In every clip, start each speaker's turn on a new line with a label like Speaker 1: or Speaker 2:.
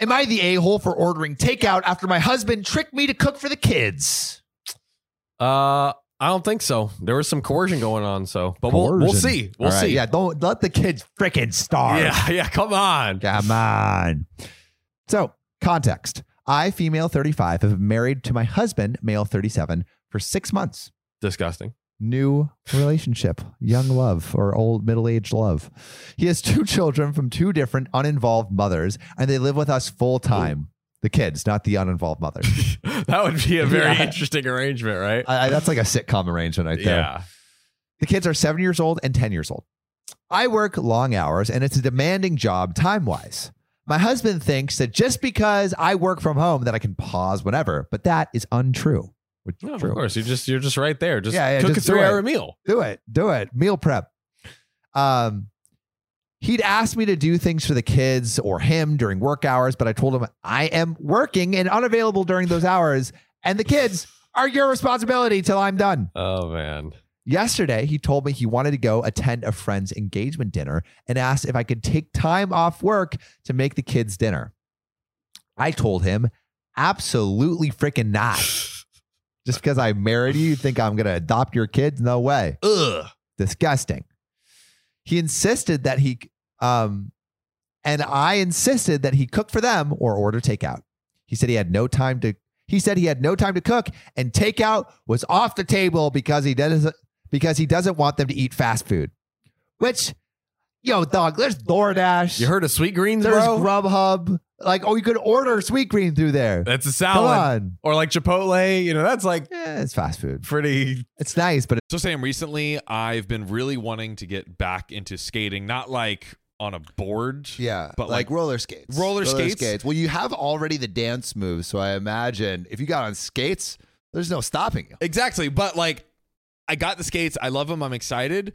Speaker 1: Am I the a hole for ordering takeout after my husband tricked me to cook for the kids?
Speaker 2: Uh, I don't think so. There was some coercion going on, so but we'll we'll
Speaker 3: Coercion.
Speaker 2: see. We'll
Speaker 1: All right,
Speaker 2: see.
Speaker 1: Yeah, don't let the kids freaking starve.
Speaker 2: yeah, yeah. Come on.
Speaker 1: Come on.
Speaker 3: So, context I, female 35, have been married to my husband, male 37, for six months.
Speaker 2: Disgusting.
Speaker 3: New relationship, young love, or old middle aged love. He has two children from two different uninvolved mothers, and they live with us full time. The kids, not the uninvolved mother.
Speaker 2: That would be a very
Speaker 3: Yeah.
Speaker 2: interesting arrangement, right?
Speaker 3: I, I- that's like a sitcom arrangement right there.
Speaker 2: Yeah.
Speaker 3: The kids are seven years old and 10 years old. I work long hours and it's a demanding job time wise. My husband thinks that just because I work from home that I can pause whenever, but that is untrue. Which
Speaker 2: No, of
Speaker 3: true.
Speaker 2: course. You just you're just right there. Just
Speaker 3: Yeah, yeah,
Speaker 2: cook
Speaker 3: just
Speaker 2: a
Speaker 3: do it.
Speaker 2: three hour meal.
Speaker 3: Do it. Do it. Meal prep. Um, he'd asked me to do things for the kids or him during work hours, but I told him I am working and unavailable during those hours, and the kids are your responsibility till I'm done.
Speaker 2: Oh man.
Speaker 3: Yesterday, he told me he wanted to go attend a friend's engagement dinner and asked if I could take time off work to make the kids dinner. I told him, absolutely freaking not. Just because I married you, you think I'm going to adopt your kids? No way.
Speaker 2: Ugh.
Speaker 3: Disgusting. He insisted that he, um, and I insisted that he cook for them or order takeout. He said he had no time to. He said he had no time to cook, and takeout was off the table because he doesn't because he doesn't want them to eat fast food. Which, yo, dog, there's DoorDash,
Speaker 2: You heard of sweet greens,
Speaker 3: there's
Speaker 2: bro?
Speaker 3: Grubhub. Like, oh, you could order sweet green through there.
Speaker 2: that's a
Speaker 3: Come
Speaker 2: salad.
Speaker 3: on,
Speaker 2: Or like Chipotle, you know, that's like
Speaker 3: yeah, it's fast food.
Speaker 2: pretty
Speaker 3: It's nice, but
Speaker 4: So Sam, recently I've been really wanting to get back into skating, not like on a board.
Speaker 1: Yeah,
Speaker 4: But,
Speaker 1: but
Speaker 4: like,
Speaker 1: like, roller skates.
Speaker 4: roller skates?
Speaker 1: Well, you have already the dance moves, so I imagine if you got on skates, there's no stopping you.
Speaker 4: Exactly. But like I got the skates. I love them. I'm excited.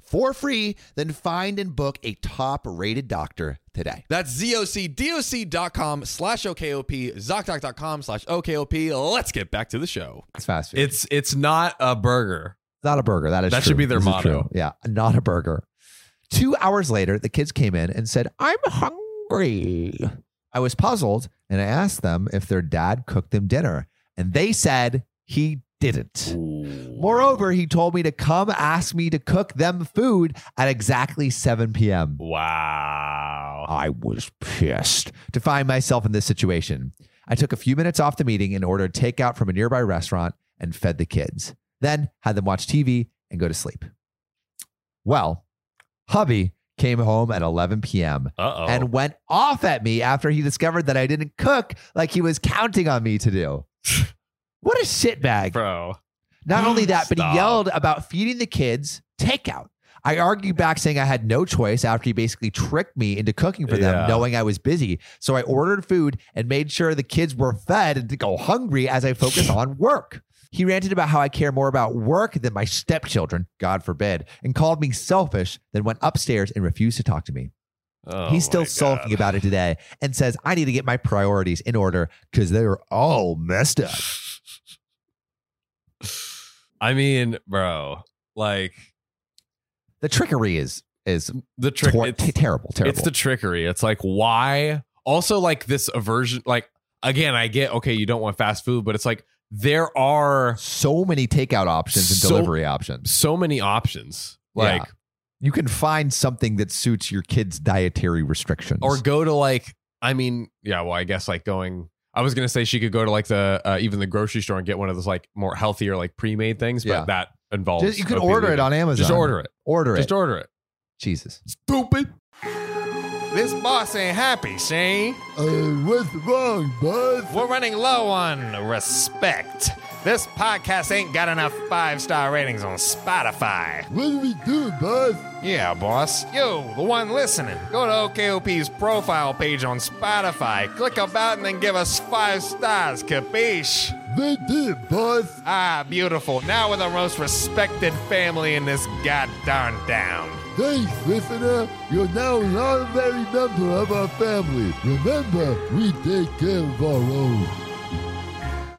Speaker 1: for free. Then find and book a top rated doctor today.
Speaker 4: That's zocdoc.com slash OKOP, ZocDoc.com slash OKOP. Let's get back to the show.
Speaker 3: it's fast food.
Speaker 2: It's it's not a burger.
Speaker 3: Not a burger. That is
Speaker 2: That should
Speaker 3: true.
Speaker 2: be their
Speaker 3: This is
Speaker 2: motto.
Speaker 3: true. Yeah, not a burger. Two hours later, the kids came in and said, "I'm hungry." I was puzzled and I asked them if their dad cooked them dinner, and they said he didn't. Moreover, he told me to come ask me to cook them food at exactly 7 p.m.
Speaker 2: Wow.
Speaker 3: I was pissed to find myself in this situation. I took a few minutes off the meeting and ordered takeout from a nearby restaurant and fed the kids, then had them watch TV and go to sleep. Well, hubby came home at 11 p.m.
Speaker 2: Uh oh.
Speaker 3: and went off at me after he discovered that I didn't cook like he was counting on me to do. what a shitbag.
Speaker 2: bro.
Speaker 3: Not only that, but he
Speaker 2: Stop.
Speaker 3: yelled about feeding the kids takeout. I argued back saying I had no choice after he basically tricked me into cooking for them,
Speaker 2: Yeah.
Speaker 3: knowing I was busy. So I ordered food and made sure the kids were fed and to go hungry as I focused on work. He ranted about how I care more about work than my stepchildren, God forbid, and called me selfish, then went upstairs and refused to talk to me.
Speaker 2: Oh,
Speaker 3: He's still
Speaker 2: my
Speaker 3: sulking
Speaker 2: God.
Speaker 3: about it today and says, I need to get my priorities in order because they're all messed up.
Speaker 2: I mean, bro, like
Speaker 3: The trickery is is
Speaker 2: the trick.
Speaker 3: tor-
Speaker 2: it's-
Speaker 3: t- terrible, terrible.
Speaker 2: It's the trickery. It's like why also like this aversion like again, I get okay, you don't want fast food, but it's like there are
Speaker 3: So many takeout options and
Speaker 2: So-
Speaker 3: delivery options.
Speaker 2: so many options. Like,
Speaker 3: Yeah. You can find something that suits your kids' dietary restrictions.
Speaker 2: or go to like, I mean, yeah, well, I guess like going. I was gonna say she could go to like the uh, even the grocery store and get one of those like more healthier like pre made things, but
Speaker 3: Yeah.
Speaker 2: that involves
Speaker 3: Just- you can
Speaker 2: OP
Speaker 3: order it
Speaker 2: leaving.
Speaker 3: on Amazon.
Speaker 2: Just order it.
Speaker 3: Order it.
Speaker 2: Just order it.
Speaker 3: Jesus.
Speaker 4: Stupid. This boss ain't happy, see?
Speaker 1: Uh, what's wrong, bud?
Speaker 4: We're running low on respect. This podcast ain't got enough five star ratings on Spotify.
Speaker 1: What do we do, bud?
Speaker 4: Yeah, boss. Yo, the one listening. Go to OKOP's profile page on Spotify, click about, and then give us five stars, capiche?
Speaker 1: They did, boss.
Speaker 4: Ah, beautiful. Now we're the most respected family in this goddamn town.
Speaker 1: Thanks, listener. You're now an honorary member of our family. Remember, we take care of our own.